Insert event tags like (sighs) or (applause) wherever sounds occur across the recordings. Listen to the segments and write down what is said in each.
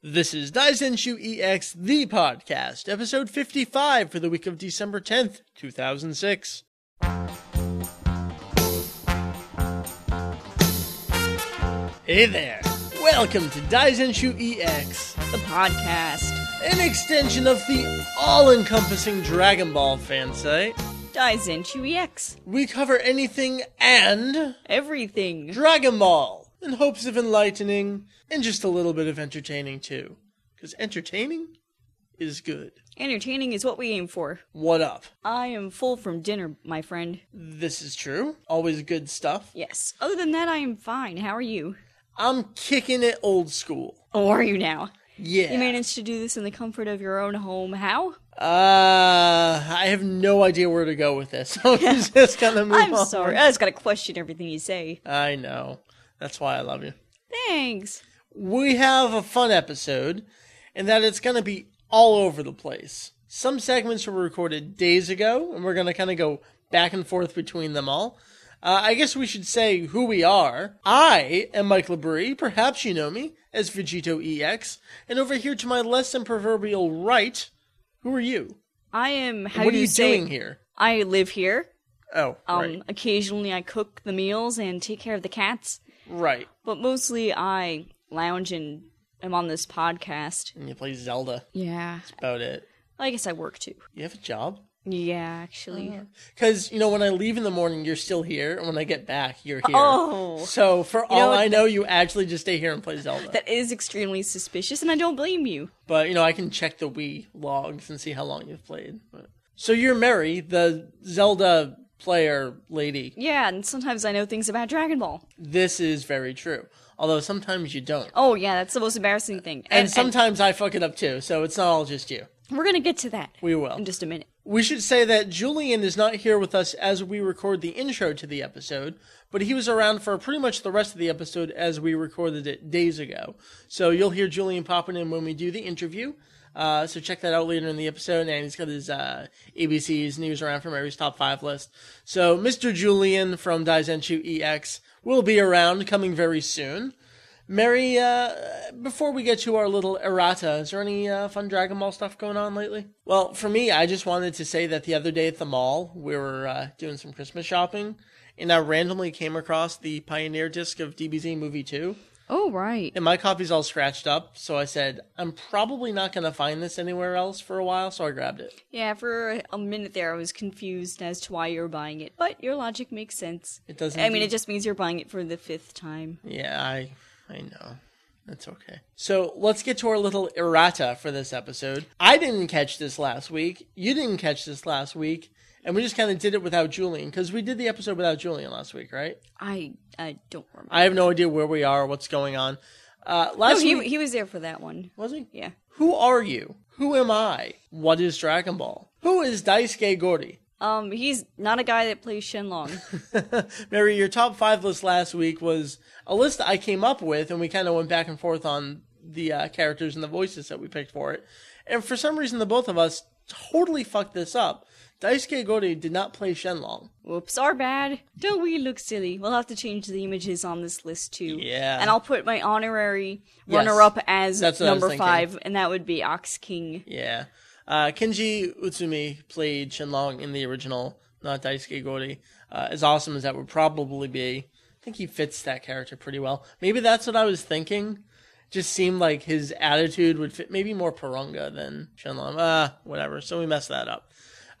This is Daisenshu EX, the podcast, episode 55 for the week of December 10th, 2006. Hey there! Welcome to Daisenshu EX, the podcast. an extension of the all encompassing Dragon Ball fan site. Daisenshu EX. We cover anything and Everything. Dragon Ball in hopes of enlightening and just a little bit of entertaining too. Because entertaining is good. Entertaining is what we aim for. What up? I am full from dinner, my friend. This is true. Always good stuff. Yes. Other than that, I am fine. How are you? I'm kicking it old school. Oh, are you now? Yeah. You managed to do this in the comfort of your own home. How? Uh, I have no idea where to go with this. (laughs) So I'm just gonna move (laughs) I'm on. sorry. I just gotta question everything you say. I know. That's why I love you. Thanks. we have a fun episode and that it's going to be all over the place. Some segments were recorded days ago, and we're going to kind of go back and forth between them all. Uh, I guess we should say who we are. I am Mike Labrie. Perhaps you know me as Vegito EX. And over here to my less than proverbial right, who are you? I am. How what do are you, you say? doing here? I live here. Oh, Um, right. occasionally I cook the meals and take care of the cats, Right. but mostly I lounge and am on this podcast. And you play Zelda. Yeah. About it. I guess I work too. You have a job? Yeah, actually. Because, you know, when I leave in the morning, you're still here. And when I get back, you're here. Oh. So, for all know, I know, you actually just stay here and play Zelda. That is extremely suspicious, and I don't blame you. but, you know, I can check the Wii logs and see how long you've played. But- So, you're Mary, the Zelda player lady. Yeah, and sometimes I know things about Dragon Ball. This is very true. Although sometimes you don't. Oh, yeah, that's the most embarrassing thing. And, sometimes I fuck it up too. So, it's not all just you. we're gonna get to that We will. in just a minute. We should say that Julian is not here with us as we record the intro to the episode, but he was around for pretty much the rest of the episode as we recorded it days ago. So you'll hear Julian popping in when we do the interview. Uh, so check that out later in the episode, and he's got his uh, ABC's news around from Mary's top five list. So Mr. Julian from Daizenshu EX will be around, coming very soon. Mary, uh, before we get to our little errata, is there any uh, fun Dragon Ball stuff going on lately? Well, for me, I just wanted to say that the other day at the mall, we were uh, doing some Christmas shopping, and I randomly came across the Pioneer disc of DBZ Movie 2, Oh, right. and my copy's all scratched up, so I said, I'm probably not going to find this anywhere else for a while, so I grabbed it. Yeah, for a minute there, I was confused as to why you were buying it, but your logic makes sense. It doesn't. I mean, do- it just means you're buying it for the fifth time. Yeah, I, I know. That's okay. So let's get to our little errata for this episode. I didn't catch this last week. You didn't catch this last week. And we just kind of did it without Julian because we did the episode without Julian last week, right? I I don't remember. I have no idea where we are, what's going on. Uh, last Oh, he week, he was there for that one. was he? Yeah. Who are you? Who am I? What is Dragon Ball? Who is Daisuke Gordy? Um, he's not a guy that plays Shenlong. Mary, your top five list last week was a list I came up with, and we kind of went back and forth on the uh, characters and the voices that we picked for it. And for some reason, the both of us totally fucked this up. Daisuke Gori did not play Shenlong. Whoops, our bad. Don't we look silly? We'll have to change the images on this list too. Yeah. And I'll put my honorary Yes. runner up as That's what I was number thinking. five, and that would be Ox King. Yeah. Uh, Kenji Utsumi played Shenlong in the original, not Daisuke Gori. Uh, as awesome as that would probably be, I think he fits that character pretty well. Maybe that's what I was thinking. Just seemed like his attitude would fit maybe more Parunga than Shenlong. Ah, whatever. So we messed that up.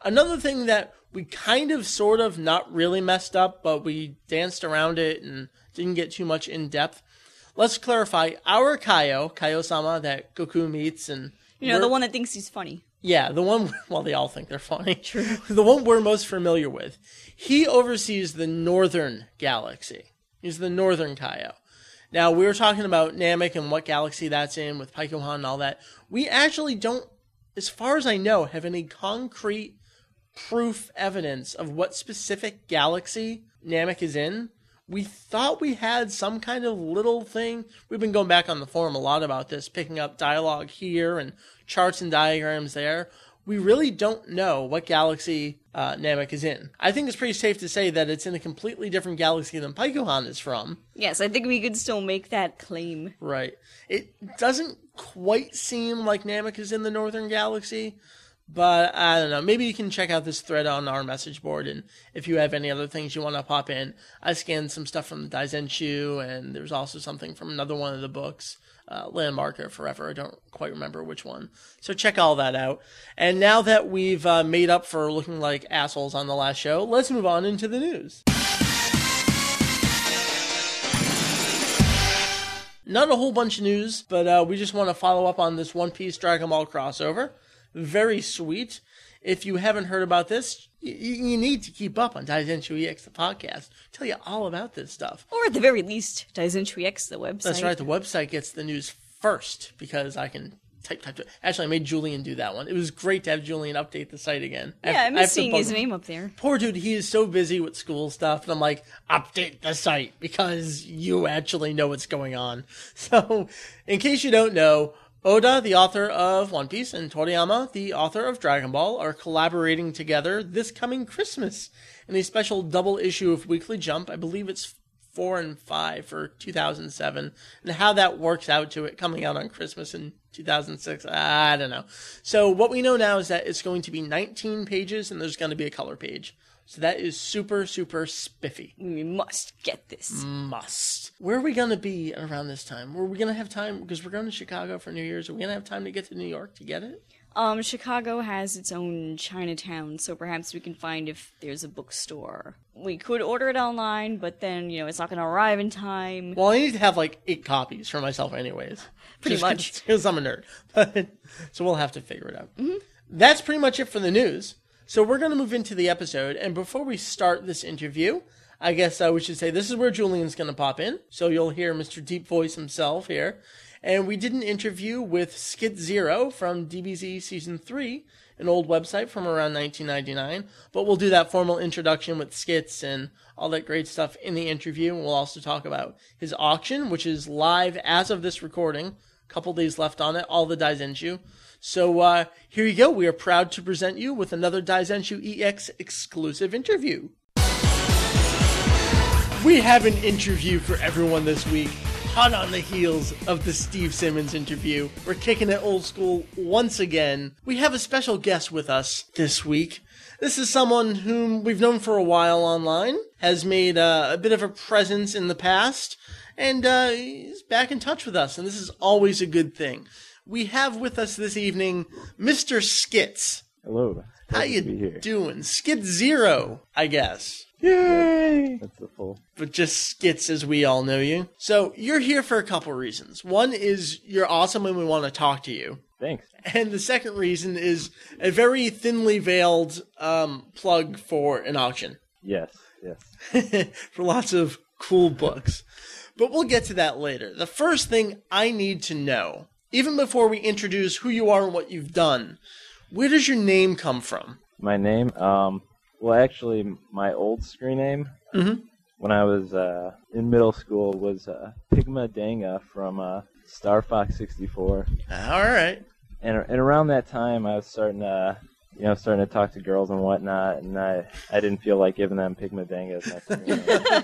Another thing that we kind of, sort of, not really messed up, but we danced around it and didn't get too much in depth. Let's clarify our Kaio, Kaio sama that Goku meets and You know, we're- the one that thinks he's funny. yeah, the one, (laughs) well, they all think they're funny. True. (laughs) The one we're most familiar with. He oversees the Northern Galaxy. He's the Northern Kaio. Now, we were talking about Namek and what galaxy that's in with Pykohan and all that. We actually don't, as far as I know, have any concrete proof evidence of what specific galaxy Namek is in. We thought we had some kind of little thing. We've been going back on the forum a lot about this, picking up dialogue here and charts and diagrams there. We really don't know what galaxy uh, uh, Namek is in. I think it's pretty safe to say that it's in a completely different galaxy than Pygohan is from. Yes, I think we could still make that claim. Right. It doesn't quite seem like Namek is in the Northern Galaxy, but I don't know. Maybe you can check out this thread on our message board, and if you have any other things you want to pop in, I scanned some stuff from the Daizenshu, and there's also something from another one of the books. Uh, landmark or forever. I don't quite remember which one. So check all that out. And now that we've uh, made up for looking like assholes on the last show, let's move on into the news. Not a whole bunch of news, but uh, we just want to follow up on this One Piece Dragon Ball crossover. Very sweet. If you haven't heard about this, you, you need to keep up on Daizenshu EX, the podcast. Tell you all about this stuff. Or at the very least, Daizenshu X, the website. That's right. The website gets the news first because I can type, type, type. Actually, I made Julian do that one. It was great to have Julian update the site again. Yeah, I have- have miss to seeing bug his him. name up there. Poor dude, he is so busy with school stuff, and I'm like, update the site because you actually know what's going on. (laughs) So, in case you don't know, Oda, the author of One Piece, and Toriyama, the author of Dragon Ball, are collaborating together this coming Christmas in a special double issue of Weekly Jump. I believe it's four and five for 2007 and how that works out to it coming out on christmas in 2006 i don't know so what we know now is that it's going to be 19 pages and there's going to be a color page so that is super super spiffy We must get this. Mm. must where are we going to be around this time were we going to have time because we're going to chicago for new year's are we going to have time to get to new york to get it Um, Chicago has its own Chinatown, so perhaps we can find if there's a bookstore. We could order it online, but then, you know, it's not going to arrive in time. Well, I need to have like eight copies for myself, anyways. Pretty much. (laughs) because I'm a nerd. But so we'll have to figure it out. That's pretty much it for the news. So we're going to move into the episode, and before we start this interview, I guess uh, we should say this is where Julian's going to pop in. So you'll hear Mr. Deep Voice himself here, and we did an interview with Skid Zero from DBZ season three, an old website from around 1999. But we'll do that formal introduction with skits and all that great stuff in the interview. And we'll also talk about his auction, which is live as of this recording. Couple days left on it. All the Daizenshu. So uh, here you go. We are proud to present you with another Daizenshu EX exclusive interview. We have an interview for everyone this week. Hot on the heels of the Steve Simmons interview. We're kicking it old school once again. We have a special guest with us this week. This is someone whom we've known for a while online, has made uh, a bit of a presence in the past, and uh, he's back in touch with us, and this is always a good thing. We have with us this evening Mr. Skits. Hello. How Nice you to be here. doing? Skit Zero, I guess. Yay! That's the full. but just skits as we all know you. So you're here for a couple reasons. One is you're awesome and we want to talk to you. Thanks. And the second reason is a very thinly veiled um, plug for an auction (laughs) Yes. Yes. for lots of cool books. But we'll get to that later. The first thing I need to know, even before we introduce who you are and what you've done, where does your name come from? My name. Um. Well, actually, my old screen name Mhm. when I was uh, in middle school was uh, Pigma Danga from uh, Star Fox 64, All right. and and around that time I was starting to. You know, starting to talk to girls and whatnot, and I, I didn't feel like giving them Pigma Danga as my screen name,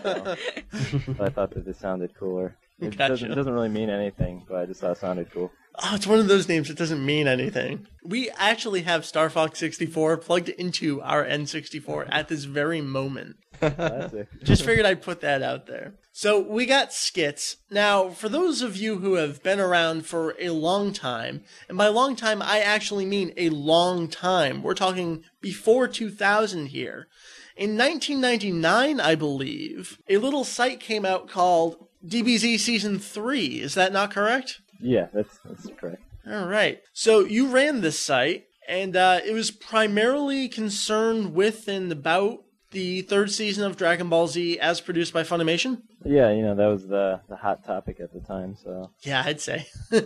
(laughs) so, so I thought that this sounded cooler. It doesn't, Gotcha. doesn't really mean anything, but I just thought it sounded cool. Oh, it's one of those names that doesn't mean anything. We actually have Star Fox 64 plugged into our N64 at this very moment. Classic. Just figured I'd put that out there. So we got skits. Now, for those of you who have been around for a long time, and by long time, I actually mean a long time. We're talking before 2000 here. In 1999, I believe, a little site came out called DBZ Season 3. Is that not correct? Yeah, that's that's correct. All right. So you ran this site, and uh, it was primarily concerned with and about the third season of Dragon Ball Z as produced by Funimation. Yeah, you know that was the the hot topic at the time. So Yeah, I'd say. (laughs)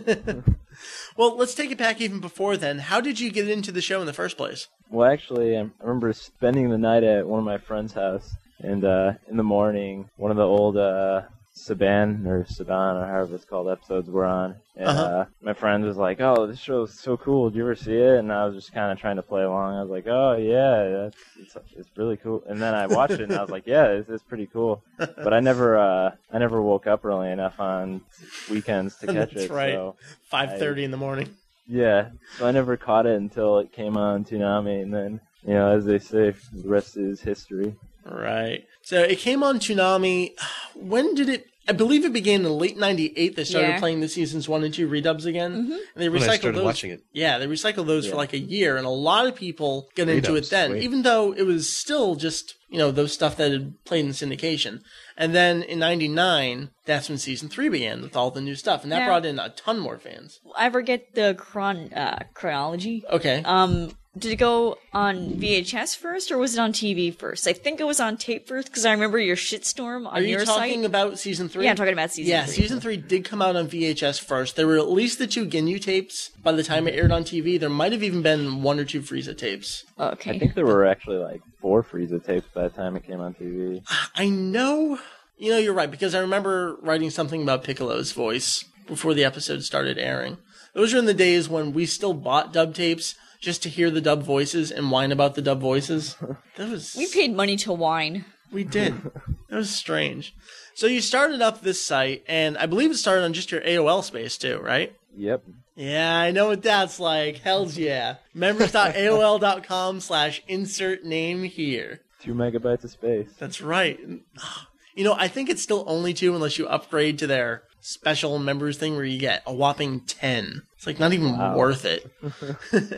well, let's take it back even before then. How did you get into the show in the first place? well, actually, I remember spending the night at one of my friend's house, and uh, in the morning, one of the old uh, Saban or Saban or however it's called episodes we're on. And uh Uh-huh. my friend was like, "Oh, this show's so cool. Did you ever see it?" And I was just kind of trying to play along. I was like, "Oh yeah, that's, it's it's really cool." And then I watched it and I was like, "Yeah, it's, it's pretty cool." But I never uh I never woke up early enough on weekends to catch (laughs) That's it. right. So Five thirty in the morning. yeah, so I never caught it until it came on Toonami, and then you know, as they say, the rest is history. Right. So it came on Toonami. When did it? I believe it began in late '98. They started Yeah. playing the seasons one and two redubs again, Mhm. and they When I recycled started those. watching it. Yeah, they recycled those Yeah. for like a year, and a lot of people got into it Redubs, then, sweet. even though it was still just you know those stuff that had played in syndication. And then in '99, that's when season three began with all the new stuff, and that Yeah. brought in a ton more fans. I forget the chron uh, chronology. Okay, Um, did it go on VHS first or was it on TV first? I think it was on tape first because I remember your shitstorm on are you your talking site. about season three? yeah, I'm talking about season. yeah, three. season three did come out on VHS first. There were at least the two Ginyu tapes by the time it aired on TV. There might have even been one or two Frieza tapes. Okay. I think there were actually like four Frieza tapes by the time it came on TV. I know, you know, you're right because I remember writing something about Piccolo's voice before the episode started airing. Those are in the days when we still bought dub tapes just to hear the dub voices and whine about the dub (laughs) voices. That was we paid money to wine. We did. that was strange. So you started up this site, and I believe it started on just your AOL space too, right? Yep. Yeah, I know what that's like. Hells yeah. Members.aol.com slash insert name here. Two megabytes of space. That's right. You know, I think it's still only two unless you upgrade to their special members thing where you get a whopping 10. It's like not even Wow. worth it.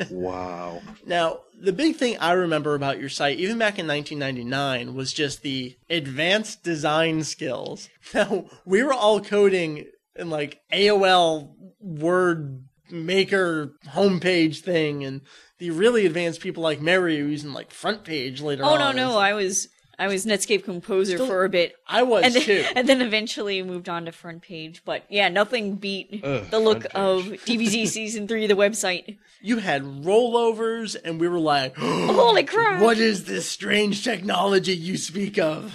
Wow. Now, the big thing I remember about your site, even back in 1999, was just the advanced design skills. (laughs) Now, we were all coding in like AOL Word Maker homepage thing, and the really advanced people like Mary were using like front page later Oh on. no, no, I, I was I was Netscape composer for a bit. was And too. (laughs) then, and then eventually moved on to front page, but yeah, nothing beat Ugh, the look of front DBZ season three, the website. You had rollovers, and we were like, (gasps) Holy crap! What is this strange technology you speak of?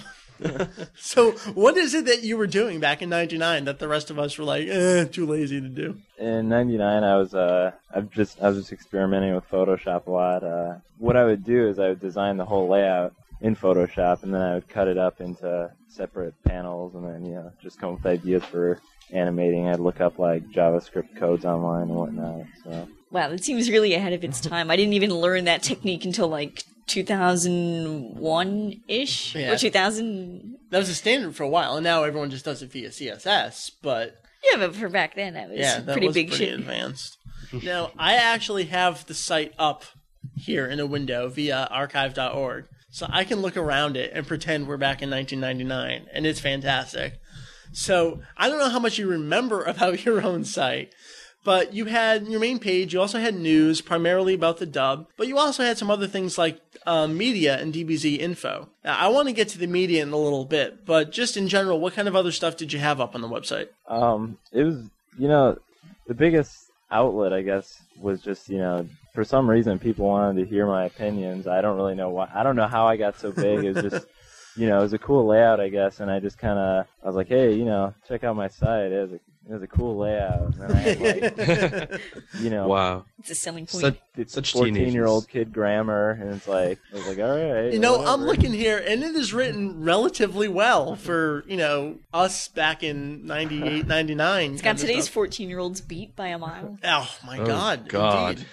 (laughs) so, what is it that you were doing back in '99 that the rest of us were like, eh, too lazy to do? in '99, I was uh, I've just I was just experimenting with Photoshop a lot. Uh, what I would do is I would design the whole layout in Photoshop, and then I would cut it up into separate panels, and then you know just come up with ideas for animating. I'd look up like JavaScript codes online and whatnot. So Wow, that seems really ahead of Mm-hmm. its time. I didn't even learn that technique until like 2001 ish Yeah. or 2000. That was a standard for a while, and now everyone just does it via CSS. But Yeah, but for back then, that was yeah, that pretty was big pretty shit. advanced. now, I actually have the site up here in a window via archive.org, so I can look around it and pretend we're back in 1999, and it's fantastic. So I don't know how much you remember (laughs) about your own site, but you had your main page. You also had news, primarily about the dub, but you also had some other things like uh, media and DBZ info. Now, I want to get to the media in a little bit, but just in general, what kind of other stuff did you have up on the website? um, it was you know the biggest outlet I guess was just you know for some reason people wanted to hear my opinions. I don't really know why. I don't know how I got so big. (laughs) It was just you know it was a cool layout I guess, and I just kind of I was like hey you know check out my site. It has a it has a cool layout. And then I (laughs) had like you know wow. It's a selling point. Such, it's such fourteen teenagers. year old kid grammar, and it's like I was like all right. You know, um I'm whatever. looking here, and it is written relatively well for, you know, us back in 98, (laughs) 99. it's got today's 14 year olds beat by (laughs) a mile. Oh, my Oh, God. God. indeed.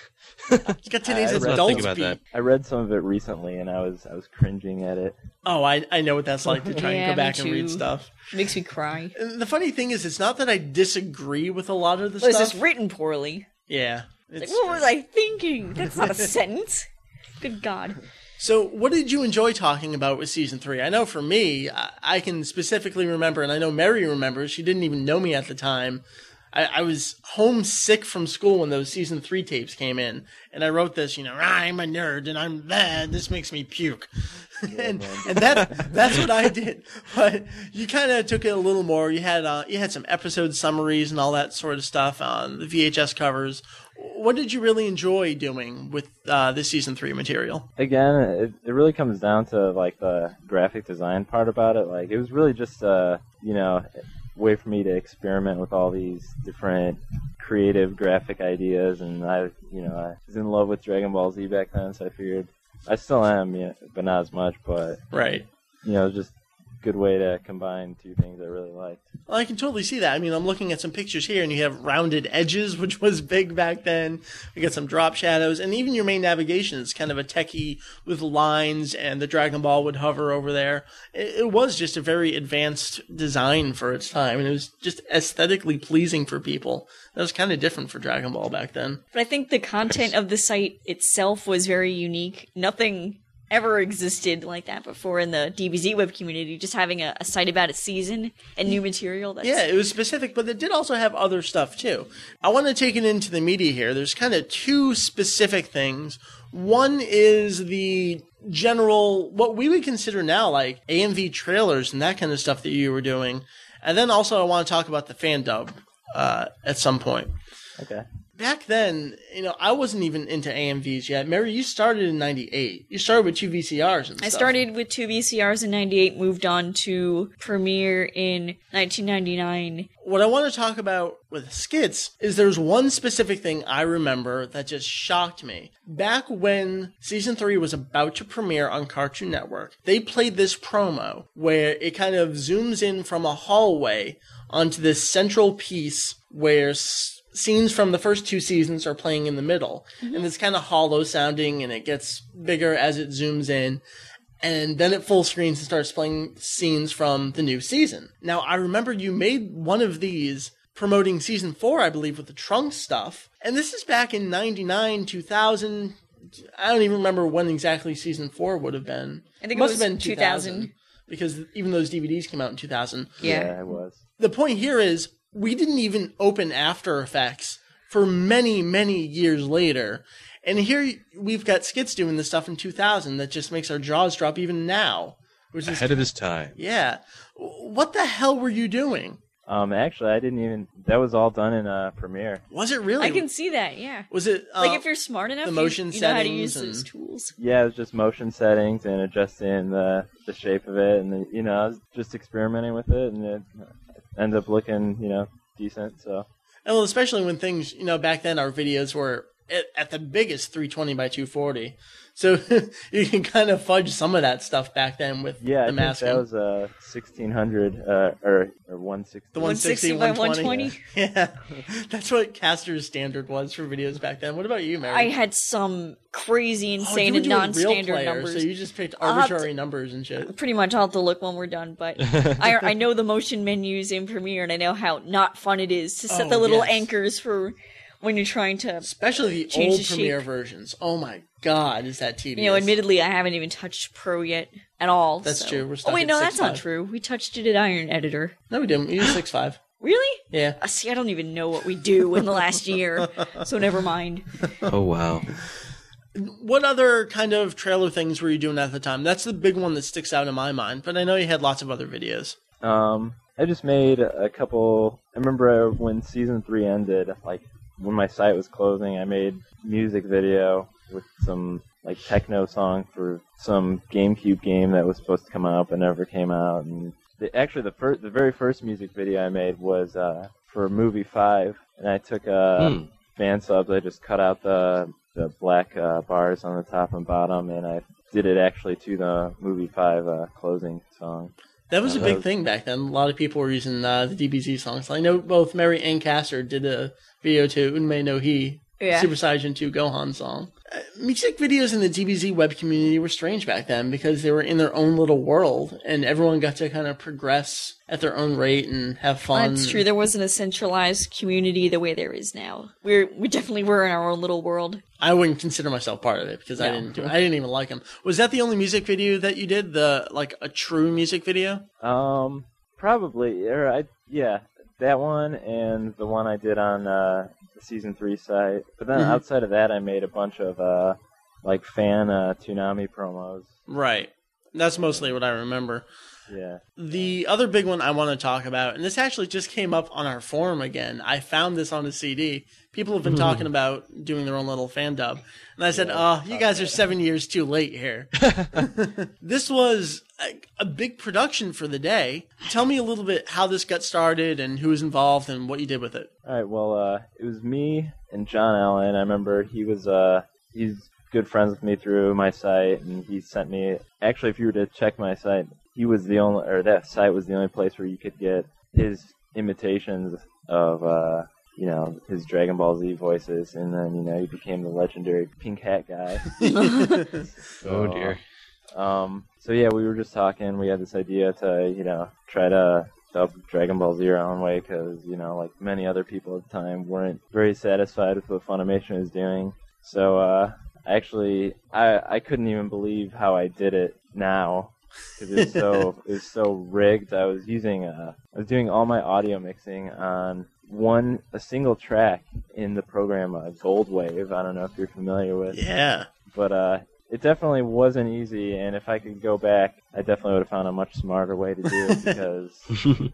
It's (laughs) got today's I- I Let's not adults think about beat. that. I read some of it recently, and I was I was cringing at it. Oh, I, I know what that's like to try Yeah, and go me back and read too. stuff. Makes me cry. And the funny thing is, it's not that I disagree with a lot of the Well, it's stuff. just written poorly. yeah. Like, It's- what was I thinking? That's (laughs) not a sentence. Good God. So, what did you enjoy talking about with season three? I know for me, I, I can specifically remember, and I know Mary remembers. She didn't even know me at the time. I, I was homesick from school when those season three tapes came in, and I wrote this. You know, I'm a nerd, and I'm that. This makes me puke, (laughs) and and that that's what I did. But you kind of took it a little more. You had uh, you had some episode summaries and all that sort of stuff on the VHS covers. What did you really enjoy doing with uh, this season three material? again, it, it really comes down to like the graphic design part about it. Like it was really just uh, you know, way for me to experiment with all these different creative graphic ideas. And I, you know, I was in love with Dragon Ball Z back then, so I figured I still am, you know, but not as much. But Right. you know, just good way to combine two things I really liked. Well, I can totally see that. I mean, I'm looking at some pictures here, and you have rounded edges, (laughs) which was big back then. You got some drop shadows, and even your main navigation is kind of a techie with lines, and the Dragon Ball would hover over there. It, it was just a very advanced design for its time, and it was just aesthetically pleasing for people. That was kind of different for Dragon Ball back then. But I think the content of the site itself was very unique. Nothing ever existed like that before in the DBZ web community. Just having a, a site about a season and new material. That's, Yeah, it was specific, but it did also have other stuff too. I want to take it into the media here. There's kind of two specific things. One is the general, what we would consider now like AMV trailers and that kind of stuff that you were doing. And then also, I want to talk about the fan dub uh, at some point. Okay. Back then, you know, I wasn't even into AMVs yet. Mary, you started in '98. You started with two VCRs and I stuff. started with two VCRs in 98, moved on to Premiere in 1999. What I want to talk about with skits is there's one specific thing I remember that just shocked me. Back when season three was about to premiere on Cartoon Network, they played this promo where it kind of zooms in from a hallway onto this central piece where s- scenes from the first two seasons are playing in the middle. And it's kind of hollow sounding and it gets bigger as it zooms in and then it full screens and starts playing scenes from the new season. Now, I remember you made one of these promoting season four, I believe, with the Trunks stuff. And this is back in 99, 2000. I don't even remember when exactly season four would have been. I think it Must was have been 2000. Because even those DVDs came out in 2000 I was. the point here is we didn't even open After Effects for many, many years later. And here we've got skits doing this stuff in 2000 that just makes our jaws drop even now. Which is, Ahead of his (laughs) time. yeah. What the hell were you doing? Um, actually, I didn't even. That was all done in uh, Premiere. Was it really? I can see that, yeah. was it uh, Like if you're smart enough, the you- motion you, know how to settings use those and- tools. Yeah, it was just motion settings and adjusting the the shape of it, and the, you know, I was just experimenting with it, and it ended up looking, you know, decent. So Well, especially when things, you know, back then our videos were at, at the biggest 320 by 240. So (laughs) you can kind of fudge some of that stuff back then with yeah, the I think masking. that was uh, 1600 uh, or or 160. The 160, 160 by 120. (laughs) Yeah. That's what caster's standard was for videos back then. What about you, Mary? I had some crazy, Oh, you insane, were and doing real non-standard player, numbers. Uh, So you just picked I'll have to- arbitrary numbers and shit. Pretty much, I'll have to look when we're done. (laughs) But I, I know the motion menus in Premiere, and I know how not fun it is to set Oh, the little yes. anchors for when you're trying to. Especially the Change old the chic. Premiere versions. Oh my god, is that tedious? You know, admittedly, I haven't even touched Pro yet at all. That's so- true, we're oh stuck wait, at no, six that's not five. true. We touched it at Iron Editor. No, we didn't. We used six (laughs) five. Really? Yeah. Uh, see, I don't even know what we do in (laughs) the last year, so never mind. Oh wow. What other kind of trailer things were you doing at the time? That's the big one that sticks out in my mind. But I know you had lots of other videos. Um, I just made a couple. I remember when season three ended, like when my site was closing, I made music video with some like techno song for some GameCube game that was supposed to come out but never came out. And the, actually, the first, the very first music video I made was uh, for movie five, and I took uh, Hmm. fan subs. I just cut out the the black uh, bars on the top and bottom, and I did it actually to the movie five uh, closing song. That was a Yeah, that big was- thing back then. A lot of people were using uh, the DBZ songs. I know both Mary and Caster did a video to Unme no He, Yeah. Super Saiyan 2 Gohan song. Uh, music videos in the DBZ web community were strange back then because they were in their own little world and everyone got to kind of progress at their own rate and have fun. That's true. There wasn't a centralized community the way there is now. We're we definitely were in our own (laughs) little world. (laughs) I wouldn't consider myself part of it because I No. didn't do I didn't even like them. Was that the only music video that you did? The like a true music video? Um, probably. Or I, yeah, that one and the one I did on uh, the season three site. But then Mhm. outside of that, I made a bunch of uh, like fan uh, Toonami promos. Right. That's mostly what I remember. Yeah. The other big one I want to talk about, and this actually just came up on our forum again. I found this on a CD. People have been talking about doing their own little fan dub. And I said, Oh, you guys are seven years too late here. this was, a, a big production for the day. Tell me a little bit how this got started and who was involved and what you did with it. All right. Well, uh, it was me and John Allen. I remember he was uh, he's good friends with me through my site, and he sent me. Actually, if you were to check my site, he was the only, or that site was the only place where you could get his imitations of, uh, you know, his Dragon Ball Z voices, and then you know he became the legendary pink hat guy. Oh dear. Um, so yeah, we were just talking. We had this idea to you know try to dub Dragon Ball Z our own way because you know like many other people at the time weren't very satisfied with what Funimation was doing. So uh, actually, I I couldn't even believe how I did it now because it's so it was so rigged. I was using uh, I was doing all my audio mixing on one a single track in the program uh, Gold Wave. I don't know if you're familiar with yeah. but uh, it definitely wasn't easy. And if I could go back, I definitely would have found a much smarter way to do it because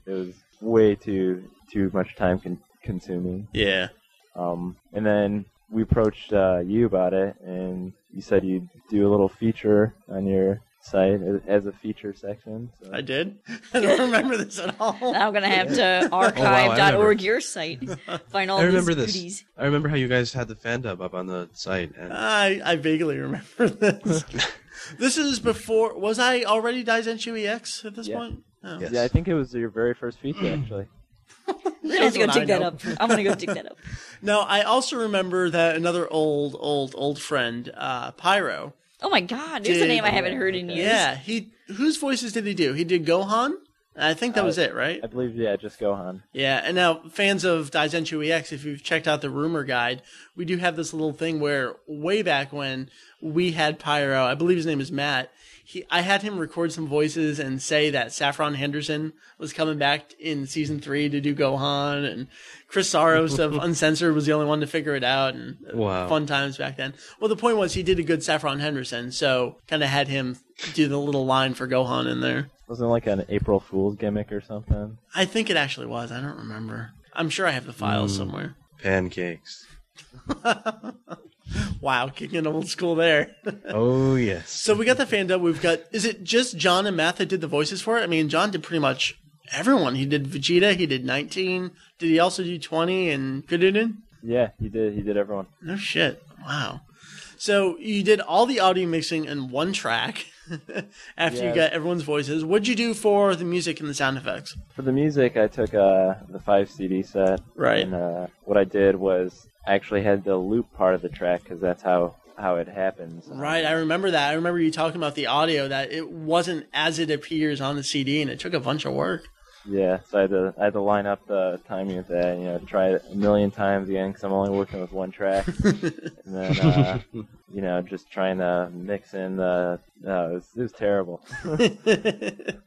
it was way too too much time con- consuming. Yeah. Um, and then we approached uh, you about it, and you said you'd do a little feature on your site as- as a feature section. So. I did. (laughs) I don't remember this at all. Now I'm gonna have to I remember. archive.org your site, find all I remember these this. goodies. I remember how you guys had the fan dub up on the site. And I, I vaguely remember (laughs) this. this is before. Was I already Daisenshu EX at this Yeah. point? Oh. Yes. Yeah, I think it was your very first feature actually. I'm gonna have to go That's dig what I that know. up. I'm gonna go dig that up. No, I also remember that another old, old, old friend, uh, Pyro. Oh my god, there's a Dude, name I haven't heard in years. Yeah, he whose voices did he do? He did Gohan. I think Uh, that was it, right? I believe yeah, just Gohan. Yeah, and now fans of Daisenshu EX, if you've checked out the rumor guide, we do have this little thing where way back when we had Pyro, I believe his name is Matt. He, I had him record some voices and say that Saffron Henderson was coming back in season three to do Gohan, and Chris Saros of Uncensored was the only one to figure it out, and uh, Wow. fun times back then. Well, the point was he did a good Saffron Henderson, so kind of had him do the little line for Gohan in there. Wasn't it like an April Fool's gimmick or something? I think it actually was. I don't remember. I'm sure I have the file somewhere. pancakes. Wow, kicking it old school there. Oh yes. so we got the fan dub. We've got. Is it just John and Matt that did the voices for it? I mean, John did pretty much everyone. He did Vegeta. He did 19. Did he also do 20 and Kududin? Yeah, he did. He did everyone. No shit. Wow. So you did all the audio mixing in one track (laughs) after you Yes. got everyone's voices. What'd you do for the music and the sound effects? For the music, I took uh, the five CD set. Right. And uh, what I did was I actually had the loop part of the track because that's how how it happens. Right, I remember that. I remember you talking about the audio that it wasn't as it appears on the CD, and it took a bunch of work. Yeah. So I had to I had to line up the timing of that. You know, try it a million times again because I'm only working with one (laughs) track. and then uh, you know, just trying to mix in the. No, it was, it was terrible. (laughs) and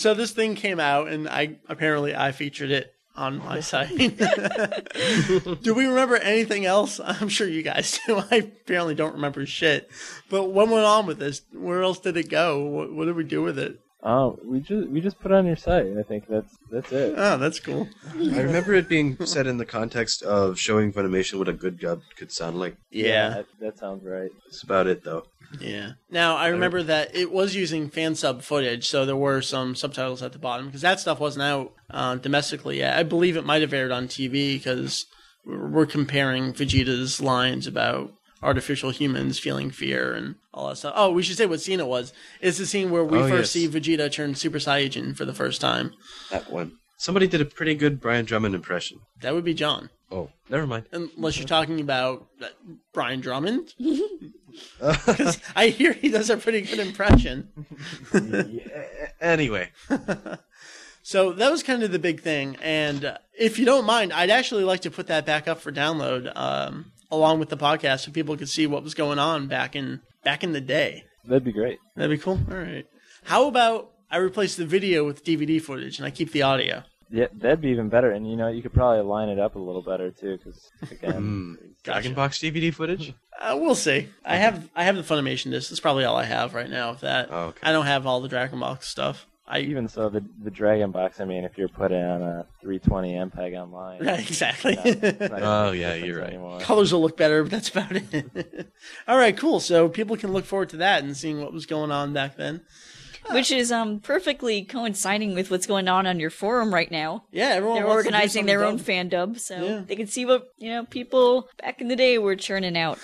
so this thing came out, and I apparently I featured it on my site. (laughs) do we remember anything else? I'm sure you guys do. (laughs) I apparently don't remember shit. But what went on with this? Where else did it go? What, what did we do with it? Um, we just we just put it on your site. I think that's that's it. Oh, that's cool. I remember it being said in the context of showing Funimation what a good dub could sound like. that, that sounds right. That's about it though. Yeah. Now I remember that it was using fan sub footage, so there were some subtitles at the bottom because that stuff wasn't out uh, domestically yet. I believe it might have aired on TV because we're comparing Vegeta's lines about artificial humans feeling fear and all that stuff. Oh, we should say what scene it was. It's the scene where we Oh, first see yes. Vegeta turn Super Saiyan for the first time. That one. Somebody did a pretty good Brian Drummond impression. That would be John, Oh, never mind. unless you're talking about uh, Brian Drummond. (laughs) Because I hear he does a pretty good impression. Anyway, So that was kind of the big thing. And uh, if you don't mind, I'd actually like to put that back up for download um, along with the podcast so people could see what was going on back in back in the day. That'd be great. That'd be cool. All right. How about I replace the video with DVD footage and I keep the audio? Yeah, that'd be even better. And you know, you could probably line it up a little better too, because Hmm. again, Dragon Box DVD footage. Uh, we'll see. I have I have the Funimation disc. That's probably all I have right now of that. Oh, okay. I don't have all the Dragon Box stuff. I (laughs) even so, the the Dragon Box. I mean, if you're putting on a 320 MPEG E online, Right, exactly. it's not gonna Oh, make a yeah, difference you're right. (laughs) anymore. colors will look better, but that's about (laughs) it. All right, cool. So people can look forward to that and seeing what was going on back then. which is um perfectly coinciding with what's going on on your forum right now. Yeah, everyone They're wants to do organizing their own something fan dub, so Yeah. they can see what you know people back in the day were churning out.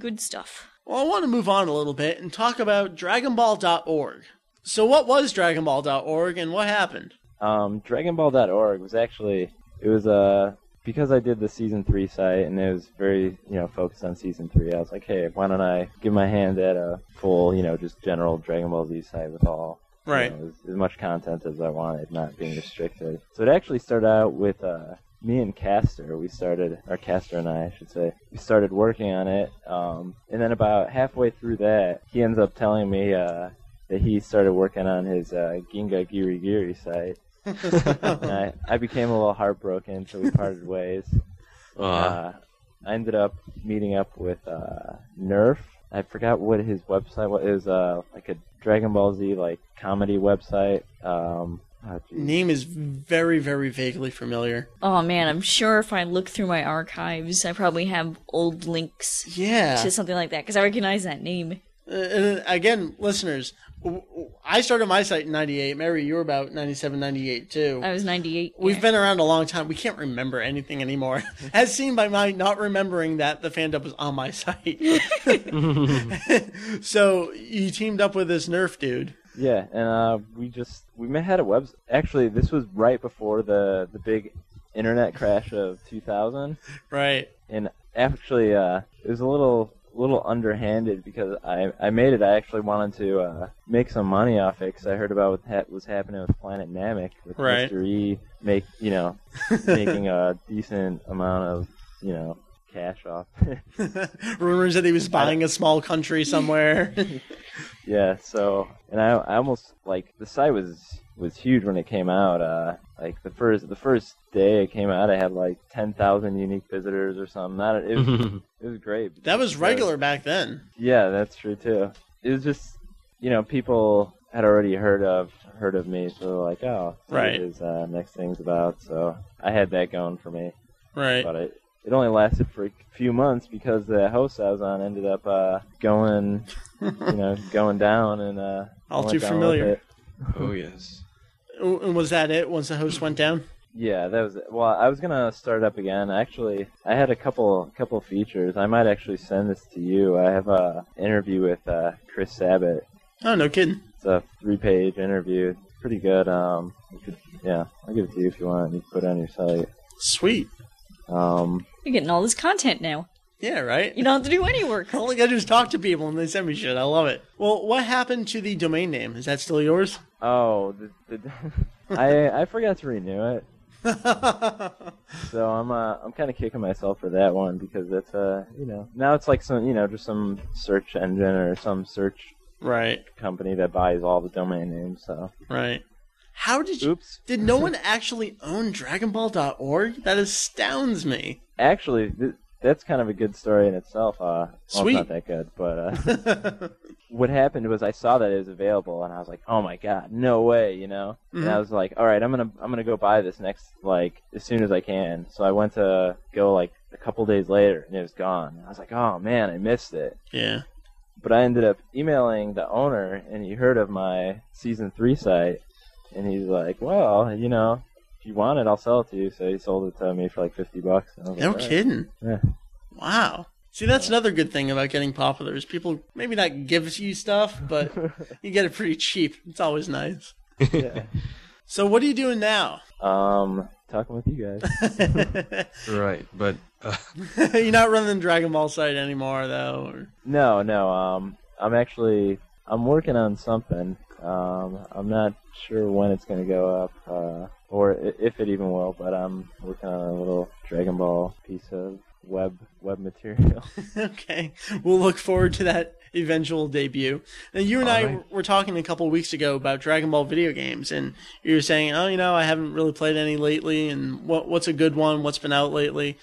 Good stuff. Well, I want to move on a little bit and talk about DragonBall.org. So, what was DragonBall.org and what happened? Um, DragonBall.org was actually it was uh, because I did the season three site and it was very you know focused on season three. I was like, hey, why don't I give my hand at a full you know just general Dragon Ball Z site with all you Right. know, as, as much content as I wanted, not being restricted. So it actually started out with uh, me and Caster. We started, or Caster and I, I should say, we started working on it. Um, and then about halfway through that, he ends up telling me uh, that he started working on his uh, Ginga Giri Giri site. and I, I became a little heartbroken, so we parted (laughs) ways. Uh, Uh, I ended up meeting up with uh, Nerf. I forgot what his website was. It was uh, like a Dragon Ball Z like comedy website. Um, oh, geez. Name is very, very vaguely familiar. Oh man, I'm sure if I look through my archives, I probably have old links Yeah. to something like that because I recognize that name. Uh, and again, listeners, w- w- I started my site in 98. Mary, you were about 97, 98 too. I was 98. We've Oh, yeah. been around a long time. We can't remember anything (laughs) anymore. As seen by my not remembering that the fandom was on my (laughs) site. so you teamed up with this Nerf dude. yeah, and uh, we just we ma- had a website. Actually, this was right before the the big internet crash of 2000. Right. and actually uh, it was a little little underhanded because I, I made it. I actually wanted to uh, make some money off it because I heard about what ha- was happening with Planet Namek with Right. Mr. E make you (laughs) know making a decent amount of you know cash off. (laughs) (laughs) Rumors that he was buying a small country somewhere. (laughs) yeah, so and I, I almost like the site was was huge when it came out. Uh, like the first the first day it came out, I had like ten thousand unique visitors or something. Not it was, it was great. Mm-hmm. that was because- regular back then. Yeah, that's true too. It was just you know people had already heard of heard of me, so they're like, oh, that's what Right. His uh, next thing's about. So I had that going for me, Right. but it it only lasted for a few months because the host I was on ended up uh, going you (laughs) know going down and uh, All I went too down with familiar. it. (laughs) oh yes. Oh, And was that it once the host went down? Yeah, that was it. Well, I was gonna start up again. Actually, I had a couple couple features. I might actually send this to you. I have a interview with uh, Chris Sabat. Oh, no kidding. It's a three-page interview. It's pretty good. Um, you could, yeah, I'll give it to you if you want. You can put it on your site. Sweet. Um, You're getting all this content now. Yeah, right? You don't have to do any work. (laughs) All I gotta do is talk to people and they send me shit. I love it. Well, what happened to the domain name? Is that still yours? (laughs) oh, the, (laughs) the, I I forgot to renew it, so I'm uh, I'm kind of kicking myself for that one because that's uh you know now it's like some you know just some search engine or some search right, company that buys all the domain names. So right. How did you. oops. Did no one actually own DragonBall.org? That astounds me. (laughs) Actually, th- that's kind of a good story in itself. Uh, Well, Sweet. it's not that good, but uh, (laughs) what happened was I saw that it was available, and I was like, "Oh my god, no way!" You know. And I was like, "All right, I'm gonna I'm gonna go buy this next like as soon as I can." So I went to go like a couple days later, and it was gone. I was like, "Oh man, I missed it." Yeah. But I ended up emailing the owner, and he heard of my season three site, and he's like, "Well, you know." If you want it, I'll sell it to you. So he sold it to me for like fifty bucks. And I was No like, "All right." kidding. Yeah. Wow. See, that's another good thing about getting popular is people maybe not give you stuff, (laughs) but you get it pretty cheap. It's always nice. Yeah. So, what are you doing now? (laughs) Um, talking with you guys. Right, (laughs) but uh, You're not running the Dragon Ball site anymore, though. (laughs) or- no, no. Um, I'm actually I'm working on something. Um, I'm not sure when it's gonna go up, uh, or i- if it even will. But I'm working on a little Dragon Ball piece of web web material. (laughs) Okay, we'll look forward to that eventual debut. Now, you and I All right. were talking a couple weeks ago about Dragon Ball video games, and you were saying, "Oh, you know, I haven't really played any lately, and what what's a good one? What's been out lately?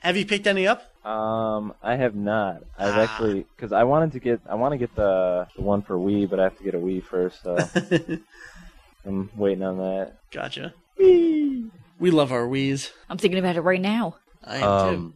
Have you picked any up? um, I have not. I've Ah. actually because I wanted to get I want to get the the one for Wii, but I have to get a Wii first. So I'm waiting on that. Gotcha. We love our Wii's. I'm thinking about it right now. I am um,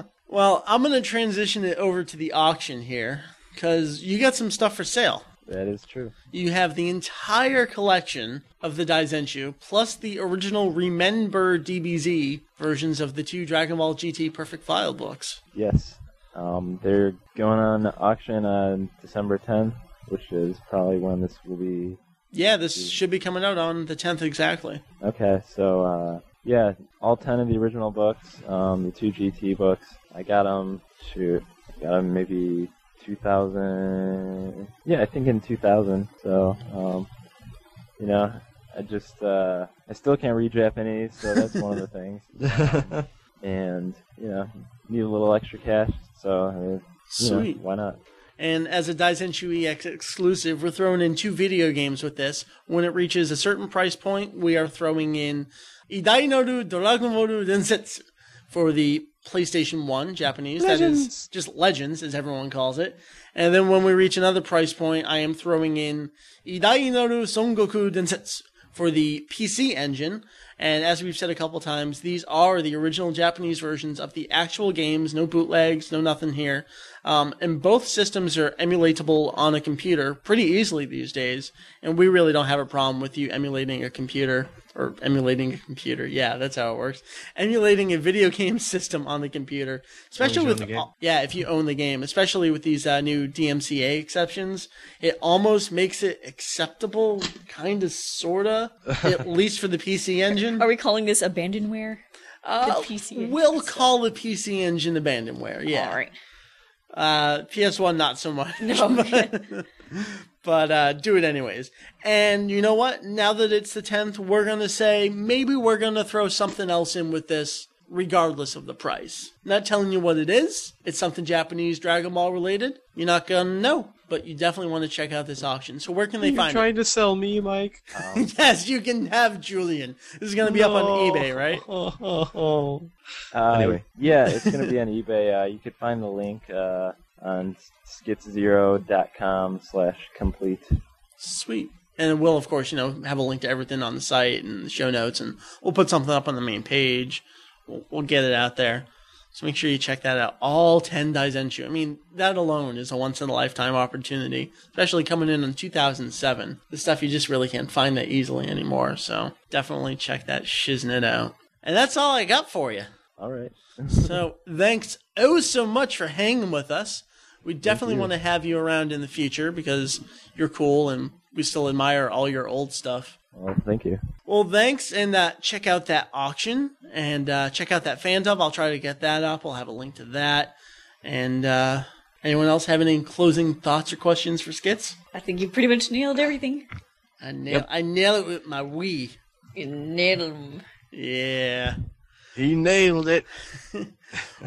too. well, I'm gonna transition it over to the auction here because you got some stuff for sale. That is true. you have the entire collection of the Daizenshu, plus the original Remember DBZ versions of the two Dragon Ball GT Perfect File books. Yes. Um, they're going on auction on December 10th, which is probably when this will be. Yeah, this should be coming out on the 10th exactly. Okay, so uh, yeah, all 10 of the original books, um, the two GT books. I got them, shoot, I got them maybe 2000. Yeah, I think in 2000. So, um, you know, I just, uh, I still can't read Japanese, so that's one of the things. (laughs) And, you know, need a little extra cash, so, uh, you know, Sweet. why not? And as a Daizenshu EX exclusive, we're throwing in two video games with this. When it reaches a certain price point, we are throwing in Idai Noru Dragonboru Densetsu for the PlayStation 1 Japanese. That is Legends. just Legends, as everyone calls it. And then when we reach another price point, I am throwing in Idai Noru Songoku Densetsu for the PC engine. And as we've said a couple times, these are the original Japanese versions of the actual games. No bootlegs, no nothing here. Um, and both systems are emulatable on a computer pretty easily these days. And we really don't have a problem with you emulating a computer or emulating a computer. Yeah, that's how it works. Emulating a video (laughs) game system on the computer, especially you with own the game. all- yeah, if you own the game, especially with these uh, new DMCA exceptions, it almost makes it acceptable, kind of, sorta, (laughs) at least for the PC engine. Are we calling this abandonware? Uh, the PC engine We'll stuff. call the PC engine abandonware. Yeah. All right. Uh, PS1, not so much. (laughs) No. but uh, do it anyways. And you know what? Now that it's the 10th, we're going to say maybe we're going to throw something else in with this, regardless of the price. Not telling you what it is. It's something Japanese Dragon Ball related. You're not going to know, but you definitely want to check out this auction. So where can they You're find trying to sell me, Mike. it? (laughs) Yes, you can have Julian. This is going to be up on No. eBay, right? Oh, oh, oh. Uh, Anyway. yeah, it's going to be on eBay. Uh, you could find the link uh, on skitzero.com slash complete. Sweet. And we'll, of course, you know, have a link to everything on the site and the show notes, and we'll put something up on the main page. We'll, we'll get it out there. So make sure you check that out. All 10 Daizenshu. I mean, that alone is a once in a lifetime opportunity, especially coming in in 2007. The stuff you just really can't find that easily anymore. So definitely check that shiznit out. And that's all I got for you. All right. So thanks oh so much for hanging with us. We definitely want to have you around in the future because you're cool and we still admire all your old stuff. Well, thank you. Well, thanks, and uh, check out that auction and uh, check out that fandom. I'll try to get that up. We'll have a link to that. And uh, anyone else have any closing thoughts or questions for Skits? I think you pretty much nailed everything. I nail, I nail it with my Wii. You nailed 'em. Yeah. He nailed it.